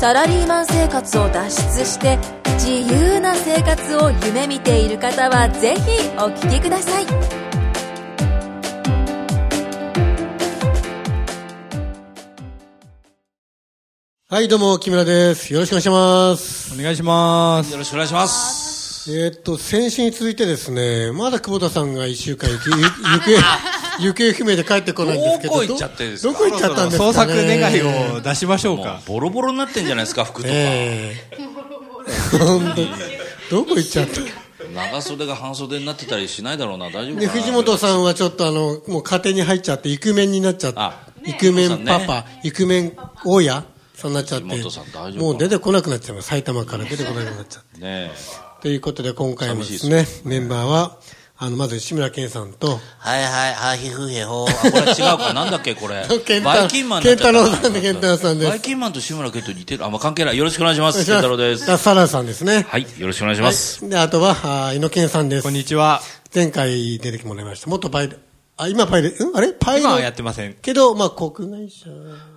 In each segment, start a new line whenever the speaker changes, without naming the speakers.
サラリーマン生活を脱出して自由な生活を夢見ている方はぜひお聞きください
はい、どうも、木村です。よろしくお願いします。
お願いします
よ。ろしくお願いします。
えーっと、先週に続いてですね、まだ久保田さんが一週間行き、ゆ 行方、行方不明で帰ってこないんですけど。
どこ行っちゃってんですか
どこ行っちゃったんですか、ね、
捜索願いを出しましょう
もう
か。
ボロボロになってんじゃない ですか、服とか。
ええ本当にどこ行っちゃった
長袖が半袖になってたりしないだろうな、大丈夫か
で、
な。
藤本さんはちょっとあの、もう家庭に入っちゃって、イクメンになっちゃって
あ、
イクメンパ
ね
パ、イクメン大家そうなっちゃって
藤本さん大丈夫かな
もう出てこなくなっちゃう埼玉から出てこなくなっちゃって
ね
ということで今回もですね、メンバーは、あの、まず志村けんさんと、
はいはい、はい、ひふへほ。
え。これ違うか、なんだっけ、これ。
ケンタ
バイキンマンになっちゃっ
ケ
た
ンタロウさんでケンタロウさんです
バイキンマンと志村けんと似てる。あ、まあ、関係ない。よろしくお願いしま
お願い
す。
し
健
ま
太郎です。
あサラさんですね。
はい、よろしくお願いします。
で、あとは、あー、猪木健さんです
こん。にちは。
前回出てもらいました。元パイレ、あ、今パイレ、うんあれパイレ。
今はやってません。
けど、まあ、国内社。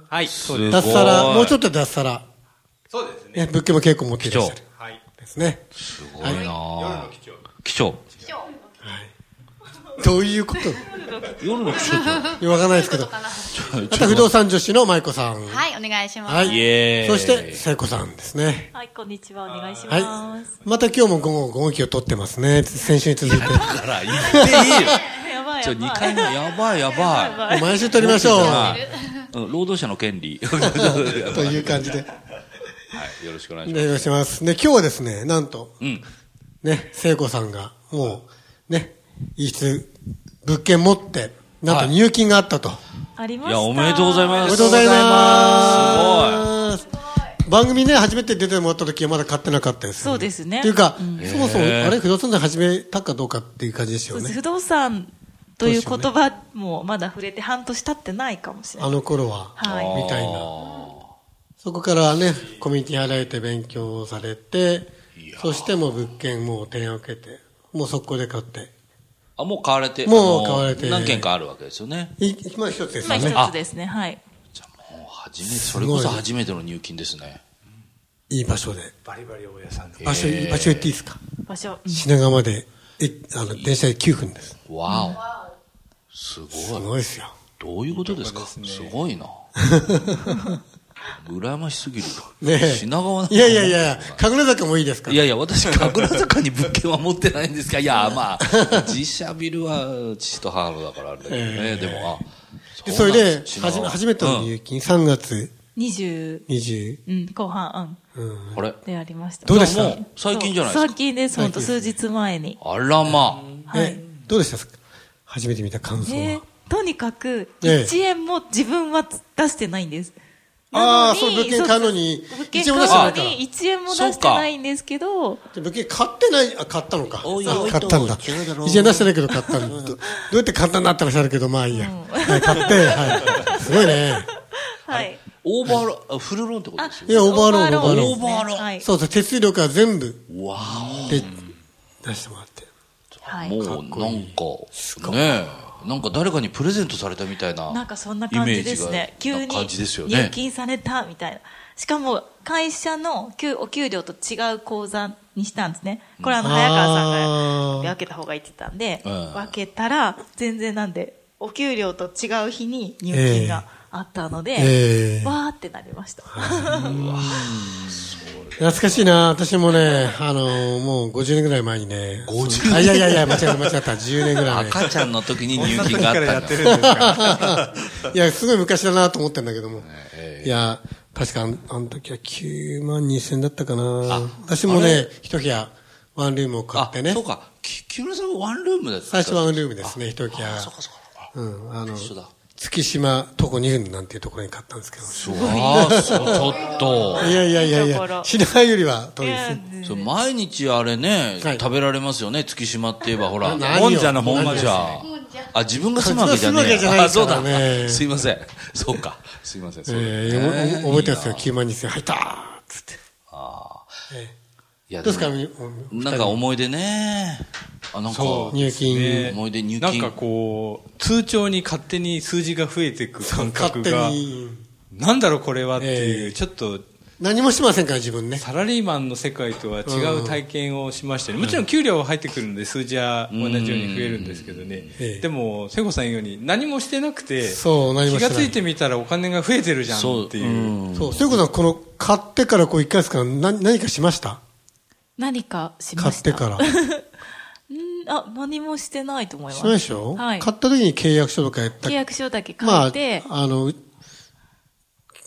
はい。そう
すごい
脱サラ、もうちょっと脱サラ。
そうですね。
ね、物件も結構持ってい
貴
らっ
重
しゃる。。ですね。
すごいなぁ貴重。
どういうこと
夜の貴重じゃん
わからないですけど。あと、不動産女子の舞子さん。
はい、お願いします。
は
イエー
そ
イ
して、聖子さんですね。
はい、こんにちは、お願いし
はい。また今日も午後、午後期を取ってますね。先週に続いて。
だから、言 っていいよ。
やばい
ちょ、2回目、やばい、やば
毎週取りましょう。
い。うん労働者の権 利。
という感じで。
はいよろしくお願いし
お願いします。で、今日はですね、なんと、
ん
ね、聖子さんが、もう、ね、一室、物件持って、なんと入金があったと。
ありま
ます。いや、おめでとうござい
お
ま。
めですとうござい
す
ます。番組ね、初めて出てもらった時はまだ買ってなかったです、
そうですね
っていうか、そもそも、あれ、不動産で始めたかどうかっていう感じですよ
す。
ね。
不動産という言葉もまだ触れて半年経ってないかもしれな
あ
い。
の頃は、
はい
みたいな。そこからね、コミュニティ払えて勉強されて、そしてもう物件もう提案を受けて、もう速攻で買って。
あ、もう買われて。
もう
あの
買われて
何件かあるわけですよね。
い今一つです
今
よね。
一つですね、はい。
じゃあもう初めて、それこそ初めての入金ですね。
いい場所で。
バリバリ大家さんで。
場所、場所言っていいですか
場所。
品川まで、え、あの、電車で9分です。
わお。す
す
ごい。
ごいですよ。
どういうことですかすごいな。 羨ましすぎる。
ねえ。
品川なんか
いやいやいや、神楽坂もいいですから。
いやいや、私、神楽坂に物件は持ってないんですが、いや、まあ、自社ビルは父と母のだからあれだけどね、でも、あ、
でそれで、
うなん
はじ
だ
初めての
うん
入金、3月
20、
20。
うん、後半、
あれ
うん、でありました。
どうでした
もう最近じゃないですか
最近です、ほんと数日前に。
あらま
は
え
い。、
どうでしたか初めて見た感想
ね
は。、
とにかく、
ええ
1円も自分は出してないんです。
ああ
なのに
そう物件買うのに
そう物件
一
買
円
う
も出してないから
のに1円も出してないんですけど、
で物件買ってない、あ、買ったのか。
おい
あ
おい
買ったんだ。
ちょうど
一円出してないけど買ったんだ。どどうやって簡単になったらしゃるけど、まあいいや。はい買って、はい。すごい ね。
はい。
あ。オーバーロー、あフルローンってことですよ。
いや、オーバーロード、オーバーロ
で
ー
す
オーバーロー
ねはい。
そうそう、手数料から全部。
わ
で、出してもらって。
はい
お。もう、なんか、ねえ、なんか誰かにプレゼントされたみたいな。
なんかそんな感じですね。
イメ
急
ージ
に
がな感じですよ
入
ね。
金されたみたいな。しかも、会社の給お給料と違う口座にしたんですね。これあの、
うん
早川さ
あ
ん
ー
が分けた方がいいって言ったんで、
うん
分けたら、全然なんで、お給料と違う日に入金があったので、
ええ
わーってなりました。
懐かしいな。私もね、あのーもう50年ぐらい前にね。
50
あいやいやいや、間違った間違った。10年ぐらい 前。
赤ちゃんの時に
こん
入
な時
金があ
か
っ
らやっ
たんだ
てるんですか
いや、すごい昔だなと思ってんだけども。いや、確かあんあの時は9万2千だったかな。私もね、一部屋、ワンルームを買っ
あ
て、ね
そ。うか。き木村さんはワンルームだった
最初ワンルームですね、一部屋
あ、。そうかそうか。
うん、あの、
一緒だ。
月島徒歩2分なんていうところに買ったんですけど。
ああ、そう、ちょっと。
いやいやいやい
いいとこ
や、
ろ
品川よりは遠いですね。
いや
そう毎日あれね、
はい
食べられますよね、月島って言えばほら。
な何
もんじゃの
も
本
ん
場
じ
じゃ。
ゃ。あ、自分が住むわけじゃねえ
自分が住むわけじゃない
あ、そうだ
からね。
すいません。そうか。すいません。そうだ
ええ
ね
おお覚えてます
いい
よ、
な
9万2000入ったーっつって。え
いや
えどうですか、
も
み
なんか思い出ね。あ、なんか、
そう
入金。
ね
思い出入金
なんかこう、通帳に勝手に数字が増えていく感覚
勝手
が、
に。
なんだろうこれはって
え
い
え
う、ちょっと、
何もしてませんから、自分ね。
サラリーマンの世界とは違う体験をしましたね。もちろん給料は入ってくるので数字は同じように増えるんですけどね
ええ。
でも、聖子さん言うように何もしてなくて、
そう何もして
気
ない
がついてみたらお金が増えてるじゃん
そう、
っていう。
ん
そう、そういうことは、この、買ってからこう1ヶ月間、な何かしました
何かしま
買 っ
し
たてから。
うんあ、何もしてないと思います。
しないでしょ
はい。
買った時に契約書とかやった
契約書だけ
ま
書い
あ
て、、
あの、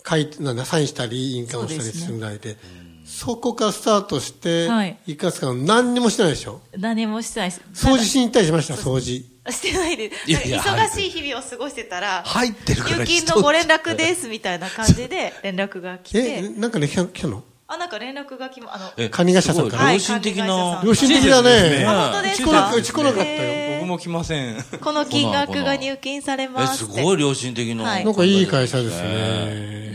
書いて、なんだ、サインしたり、印鑑をしたり
そうですね
するぐらいで、そこからスタートして、
はい
1ヶ月間何にもしてないでしょ
何もしてないです。
掃除しに行ったりしました、掃除。
あしてないで
いやいや
なんか忙しい日々を過ごしてたら、
入ってるから
入金のご連絡ですみたいな感じで連絡が来
え、
て、
なんかね、来た来たの
あ、なんか連絡が来ま、あの、
え
カニガシャさんから
すごい良心的な
はい。
良心的だ
親切ですね
ね。
本当です
う
か
ち来なうち来なかったよ
へー
僕も来ません。
この金額が入金され
え、
ま
す
すって。
ごい良心的な。
はい
なんかいい会社です。ね。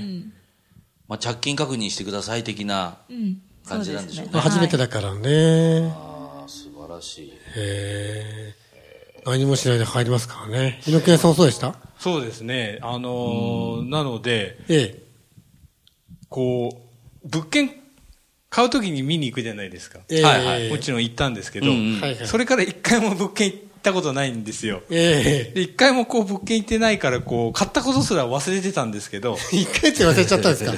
まあ、着金確認してください的な
うん
感じなんでしょうね
そ
まあ初めて
だ。
だからね。
あー素晴らしい。
へえ。何もしないで入りますからね。猪木さんもそうでした
そうですね。あのー、なので、
え
こう、物件買うときに見に行くじゃないですか。
ええ
はいはい。もちろん行ったんですけど、
うん
え。はいはい。
それから一回も物件行ったことないんですよ。
ええ。
で、一回もこう物件行ってないから、こう、買ったことすら忘れてたんですけど、
一回って忘れちゃったんですか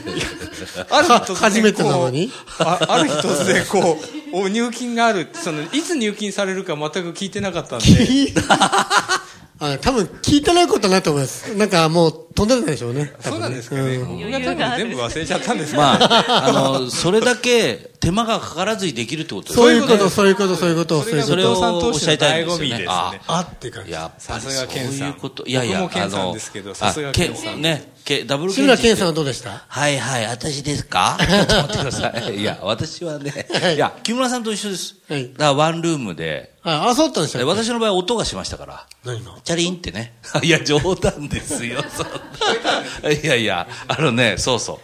ある日突然こう、
初めてなのに
あある日突然こう、お入金がある、その、いつ入金されるか全く聞いてなかったんで、
あ多分聞いてないことないと思います。なんかもう飛んでたんでしょうね。
そうなんですかね。
うん
僕が多分全部忘れちゃったんです
まあ、あの、それだけ手間がかからずにできるってことです
そういうこと、
そ
そういうこと、そういうこと、そういう
そ
こ
れ
と。
が後藤さん投資の醍醐
おっ
味
しゃりたいん
です
よ
ね。
あ
あって感じ。
やっぱり
さすが健さん
そういうこと。いやいや、
僕も健さんですけど
あの
さすが健さん
あ健ね、健ダブル
志村けん
です
さん
よ
はどうでした
はいはい、私ですか
ちょっと待ってください。いや、私はね、いや、木村さんと一緒です。
はい
だからワンルームで、
あ、あ、そうだったんでした
で
っけ
私の場合音がしましたから。
何が
チャリンってね。 いや、冗談ですよ、そん な。いやいや、あのね、そうそう。っ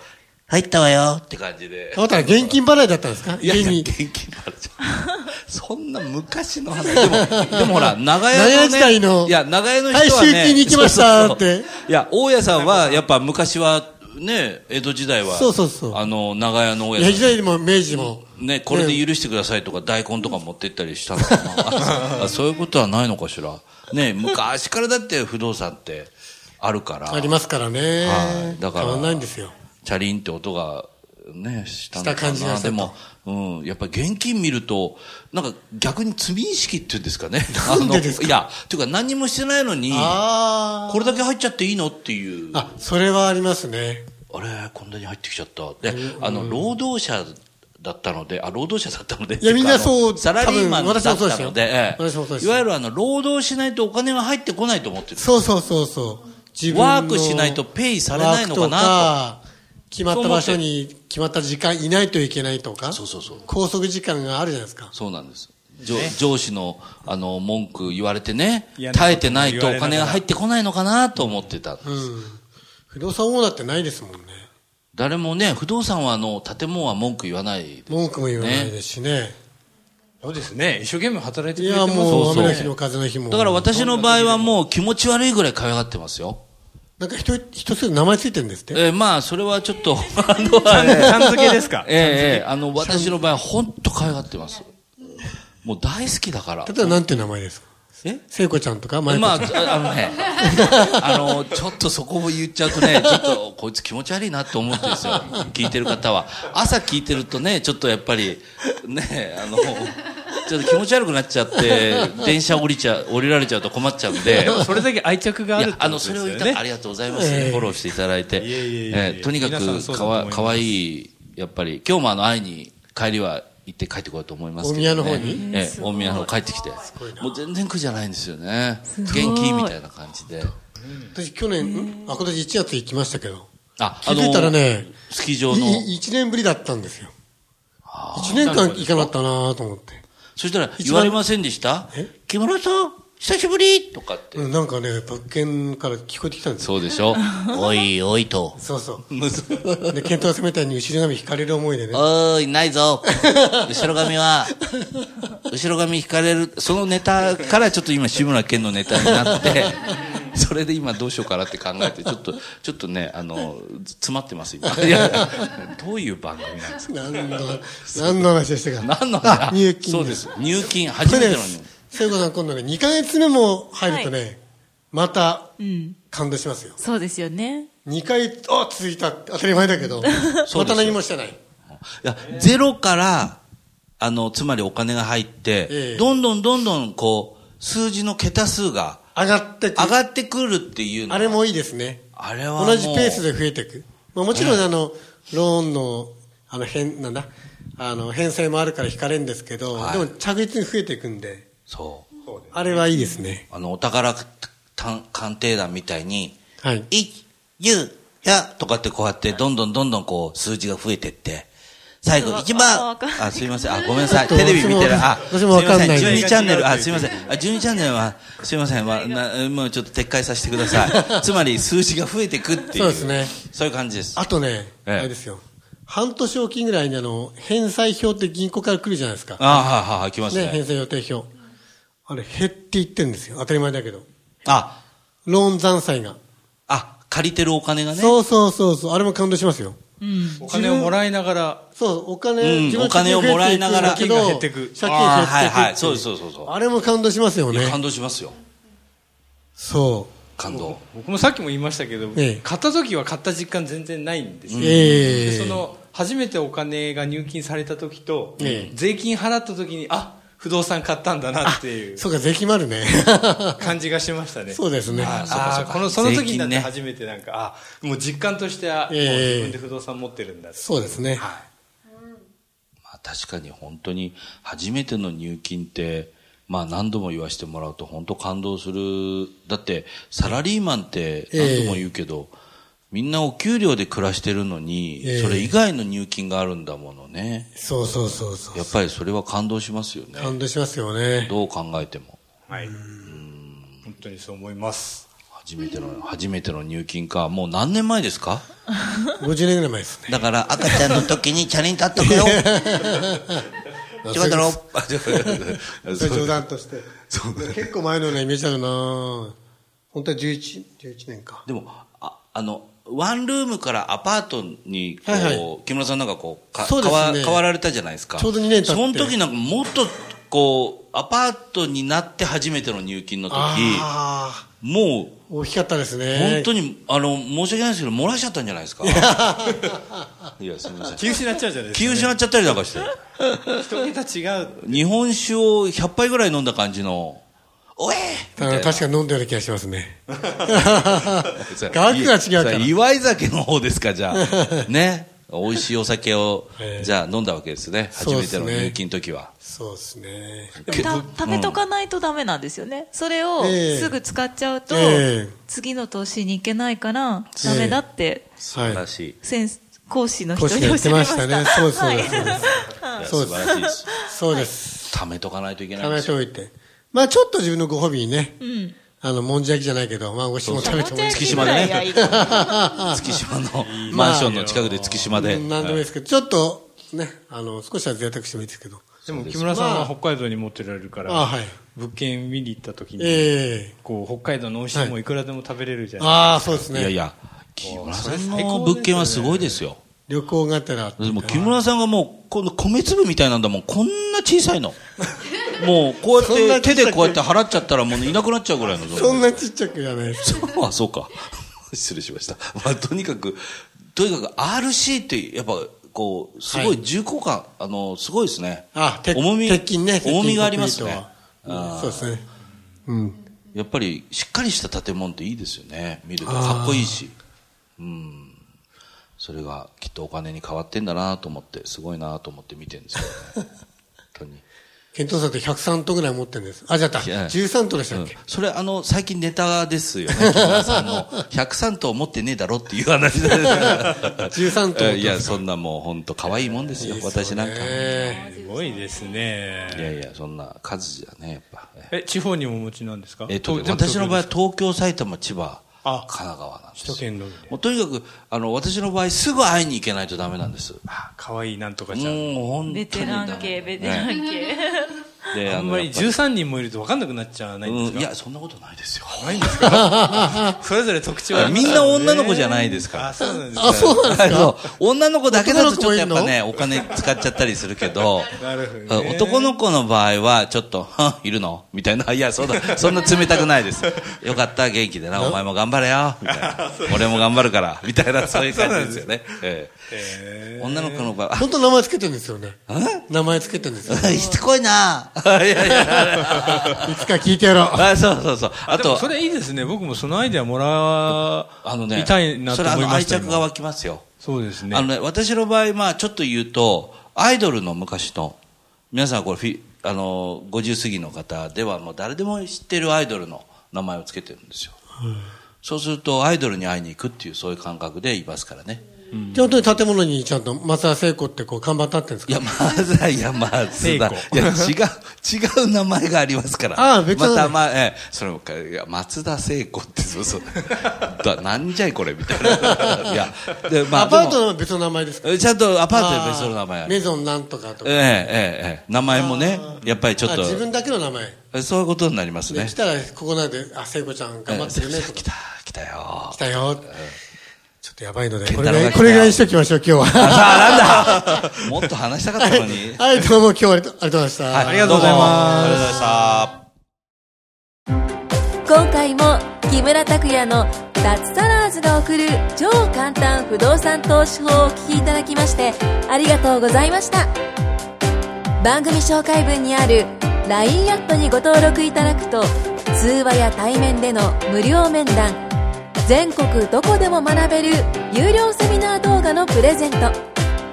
入ったわよ。
て感じで
あ。なたは現金払いだったんですか
いやい
家
や、
に
現。金もあるじゃん。そんな昔の話。で も、でもほら、長屋の、ね。
長屋時代の
いや、長屋の人は、ね。
大衆金に行きましたって
そうそうそういや、大家さんは、やっぱ昔は、ね、江戸時代は。
そうそうそう
あの、長屋の大
いや、
家
時
さん。
代にも明治も。
ね、これで許してくださいとか、大根とか持ってったりしたのか な。あそういうことはないのかしら。ね、昔からだって不動産ってあるから。
ありますからね。
はいだから
変わんないんですよ。
チャリンって音が、ね、した
し
の
た
か
感じが
な。
したと
でも、うん、やっぱ現金見ると、なんか逆に罪意識っていうんですかね。
なんでですか
あのいや、というか何にもしてないのに、
ああ。
これだけ入っちゃっていいのっていう、あ
あ、それはありますね。
れ、こんなに入ってきちゃった。で、あの、労働者だったので、あ、労働者だったので。
いやみんな
っていかあの
そう
サラリーマン
多
だっ
分私もそうで
た
すよ
ので、ええ
私もそうです
いわゆるあの、労働しないとお金が入ってこないと思ってる。
そうそうそうそう。自
ワークしないとペイされないのかなと
ワークとか決まった場所に、決まった時間いないといけないとか。
そうそうそう
拘束時間があるじゃないですか。
そうなんです。上上司のあの文句言われてね
嫌、なことも
耐えてないとお
言われ
金
なが
が
ら
入ってこないのかなと思ってた。
うん。不動産オーナーってないですもんね。
誰もね、不動産はあの、建物は文句言わない。
文句も言わないですしね。
そうですね。一生懸命働いて
い
くれて
や、
ますもんね
もう、
そうそう
雨の日も風の日も。
だから、私の場合はもう気持ち悪いぐらい可愛がってますよ。
なんか人、人すぐ名前ついてるんですって。
えーまあ、それはちょっと、あの、。
ちゃん付けです か
えーえーあの、私の場合は本当可愛がってます。もう大好きだから。
例えばなんていう名前ですか
え
聖子ちゃんとか、まゆこち
ま
ゃ
あ、
ん。
ああのね、あの、ちょっとそこを言っちゃうとね、ちょっと、こいつ気持ち悪いなって思ってるんですよ。聞いてる方は。朝聞いてるとね、ちょっとやっぱり、ね、あの、ちょっと気持ち悪くなっちゃって、電車降りちゃ、降りられちゃうと困っちゃうんで。
それだけ愛着が
い
ある
や、あの、それを言ったらありがとうございます。
ええ
フォローしていただいて。え
いえいえいえ
えとにか
皆さんそ
く
うだ
か
と思い
わ、
ます
かわいい、やっぱり、今日もあの、会いに、帰りは行って帰ってこようと思いますけど、ね。
大宮の方に
ええ大宮の方帰ってきて。もう全然苦じゃないんですよね。元気みたいな感じで。
私去年、んあ、今年1月行きましたけど、
あ、
気づいたらね、
あのスキー場の。
1年ぶりだったんですよ。1年間行かなかったなぁと思って。
そしたら、
一番
言われませんでした
え
木村さん、久しぶりとかって。
うんなんかね、物件から聞こえてきたんですよ。
そうでしょ
おいおいと。
そうそう。
むず
で、ケントラスみたいに後ろ髪引かれる思いでね。
おーい、ないぞ。
後ろ髪は、後ろ髪引かれる、そのネタからちょっと今、志村けんのネタになって、それで今どうしようかなって考えて、ちょっと、ちょっとね、あの、詰まってます、今。いや、どういう番組なんですか
何の、何の話でしたか。
何の話
あ入金
そうです。入金、初
そう
めて
で
の
す
に。。
聖子さん今度ね、2ヶ月目も入るとね、また
うん。
感動しますよ。
そうですよね。
2回、あ、続いたって当たり前だけ ど、また何もしてない。
いや、ゼロから、あの、つまりお金が入っ
え
て
え、
どんどんどんどん、こう、数字の桁数が
上がってく
上がってくるっていうの
あれもいいですね。
あれはもう
同じペースで増えていく。まあ、もちろん、あの、ローンの、あの、返、なんだ、あの、返済もあるから引かれるんですけど、
はい
でも着実に増えていくんで、
そう。
あれはいいですね。
あの、お宝探鑑定団みたいに、
はい。
一、ゆ、や、とかってこうやって、どんどんどんどんこう、数字が増えてって、最後、一
あわ
番
かんない
あ、すいません。あ、ごめんなさい。
ちょっ
テ
と
レビ見てる。あ、
私もわかんない
すいません。12
です
チャンネル、あ、すいません。あ、12チャンネルは、すいません。まあ、なもうちょっと撤回させてください。 つまり、数字が増えてくっていう。
そうですね。
そういう感じです。
あとね、
ええ
あれですよ。半年おきぐらいにあの、返済表って銀行から来るじゃないですか。
あはいはいはい、来ます
ね、
ね。
返済予定表。あれ、減っていってんですよ。当たり前だけど。
あ、
ローン残債が。
あ、借りてるお金がね。
そうそうそうそう。あれも感動しますよ。
お金をもらいながら、
そう、お金、
うん
自分の
お金をもらいながら
借金が減っ
借金が減ってて
いく
く
んだけど。借金減っていく
あーはいはい
って
そうですそうですそうです
あれも感動しますよ
いや
ね。
感動しますよ。
そ
感動。
僕もさっきも言いましたけど、
ええ
買った時は買った実感全然ないんです
う。
よ。
ええ
でその初めてお金が入金された時と、
ええ
税金払った時にあ不動産買ったんだなっていう
そうか、税金もあるね。
感じがしました ね。
そうですね。
あ
そうかそう
あ
か
このその時に
税
な
金
っ
ね
て初めてなんか、あもう実感としては、
ええ
もう自分で不動産持ってるんだって
そうですね。
まあ、確かに本当に初めての入金って、まあ何度も言わせてもらうと本当感動する。だってサラリーマンって何度も言うけど、みんなお給料で暮らしてるのに、
ええ
それ以外の入金があるんだものね。
そうそうそうそう。
やっぱりそれは感動しますよね。
感動しますよね。
どう考えても。
はい本当にそう思います
初めての、初めての入金か。もう何年前ですか
50年ぐらい前ですね。
だから赤ちゃんの時にチャリン立っと くよ。仕事 ろ。
あちょ
それ冗談として。結構前のようなイメージあるな本当は11、11年か。
でも、ああの、ワンルームからアパートに、こう、
はいは
木村さんなんかこう、か
そうですね
変わ変わられたじゃないですか。
ちょうど二年経って
その時なんかもっと、こう、アパートになって初めての入金の時、
ああ、
もう、
大きかったですね。
本当に、あの、申し訳ないですけど、漏らしちゃったんじゃな いですか。いや、すみません。
気失っちゃうじゃないです
気
か、
失っちゃったりなんかして。
人桁違う
日本酒を100杯ぐらい飲んだ感じの、おえ
あ確かに飲んだような気がします ね。
それ
額が違うから
それ祝い酒の方ですか、じ ゃあ。ね。美味しいお酒を
え、え
じゃあ飲んだわけですね。初
そう
め
です
て
ね
の入金の時は。
そうですね。
でもた食べとかないとダメなんですよね。それを
ええ
すぐ使っちゃうと、
ええ
次の年に行けないから、ダメだって、
素晴らしい。
先生講師の人
講師
に
が言
教え
って
ま
ま
し。
したたね。そうです、そうです。そうです
いや
そうです
素晴らしいです。
そうです。
貯めとかないといけない
食
んで
べ
す
て
よ。
おいて。まあちょっと自分のご褒びにね、
うん。
あの、もんじゃ焼きじゃないけど、まあごちそうも食べてもいい
月
し。
島でね
いやいいかも
月島 のマンションの近くで月島で。
うんなんでもいいですけど、ちょっと、ね、あの、少しは贅沢してもいいですけど。
でも木村さんは北海道に持ってられるから、
あはい。
物件見に行った時に、
ええ
こう北海道の美味しいもんいくらでも食べれるじゃない、
ああ、そうです
いやい
ね。
や、木村さんの物件はすごいですよ。
旅行がてらって
でも木村さんがもう、この米粒みたいなんだもん。こんな小さいの。もう、こう
そん
やっ
な小
て、
さく
手でこうやって払っちゃったらもういなくなっちゃうぐらいの。
そんなちっちゃくじゃないです。
そうあ、そうか。失礼しました。まあ、とにかく、とにかく RC って、やっぱ、こう、すご
はい
重厚感、あの、すごいですね。
あ、鉄
重み、
鉄筋ね。
重みがあります
鉄筋
ね
コン。クリートはうんそうですね。うん。
やっぱり、しっかりした建物っていいですよね。見ると、かっこいいし。うん。それが、 きっとお金に変わってんだなと思って、すごいなと思って見てるんですよね。本当に。
検討さんって103頭ぐらい持ってるんです。あ、じゃあった。
いや
13頭でしたっけ、
それあの、最近ネタですよね。木村さ んの、103頭持ってねえだろっていう話で
?13 頭。
いや、そんなもう本当可愛いもんですよ、私なんか。い
え
すごいですね。
やいや、そんな数じゃね、やっぱ。
え、地方にもお持ちなんですか
えっと、
東
私の場合は
全部
東京、埼玉、千葉、神
あ
奈川なんです
首都圏のみで。
もうとにかく、あの、私の場合、すぐ会いに行けないとダメなんです。もう
あ可愛いなんとかちゃん。
本当に。
ベテラン系、ベテ
ン
ラン系。
で、
あんまり
やっぱり
13人もいると分かんなくなっちゃわないんです
うん、
か
いや、そんなことないですよ。
ないんですかそれぞれ特徴はあります
みんな女の子じゃないですから
あ、そうなんです
あ、
か。
そうなんですか
そう女の子だけだとちょっとやっぱね、
男
お金使っちゃったりするけど、
なるほどね
男の子の場合は、ちょっと、はんいるのみたいな。いや、そうだ。そんな冷たくな いです。よかった、元気でな。お前も頑張れよ。みたいな。俺も頑張るから。みたいな、そういう感じですよね。ええ女の子の場合、あ
本当名前つけてるんですよね。名前つけてるんですよ。
しつこいな。 いやい や。
いつか聞いてやろう。
あそうそうそう。あ
あと、
と、
それいいですね。僕もそのアイデアもら
あのね、
いたいなと
それ
思
あ
い
の
ま
愛
した。
着が
今
湧きますよ。
そうですね。
あのね、私の場合、まあ、ちょっと言うと、アイドルの昔の、皆さんこれフィ、あの、50過ぎの方では、もう誰でも知ってるアイドルの名前をつけてるんですよ。そうすると、アイドルに会いに行くっていう、そういう感覚でいますからね。
じゃあ本当に建物にちゃんと松田聖子ってこう看板立ってるんです
い
か
や、まずは、いや、まずだ。いや、違う、違う名前がありますから。
ああ別な
ま
んだ
た、まあ、ええ、それもか、いや松田聖子って、そうそう。だなんじゃい、これ、みたいな。いや、で、まあ、
アパー
でも
トの別の名前ですか
ちゃんとアパートで別の名前あ
あー
る
メゾンなんとかとか。
ええええええ、名前もね、やっぱりちょっ
あ自分
と、
だけの名前。
そういうことになります
で
ね
来。たらここなんで、あ、聖子ちゃん頑張ってるね
ええ
と
来
か。
た、来たよ
来。たよ。ちょっとやばいので、
健
こ
太
れぐ
郎が
らい、
来た
これぐらいにしときましょう、今日
あ、
は。
なんだもっと話したかったのに。
はい、どうも今日はありがとう ありがとうございました。
はい
ありがとうございます
どうもありがとうございました。
今回も木村拓哉の脱サラーズが送る超簡単不動産投資法をお聞きいただきましてありがとうございました番組紹介文にある LINE アットにご登録いただくと通話や対面での無料面談全国どこでも学べる有料セミナー動画のプレゼン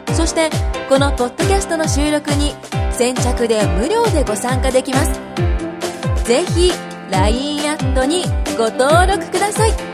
トそしてこのポッドキャストの収録に先着で無料でご参加できますぜひ LINE アットにご登録ください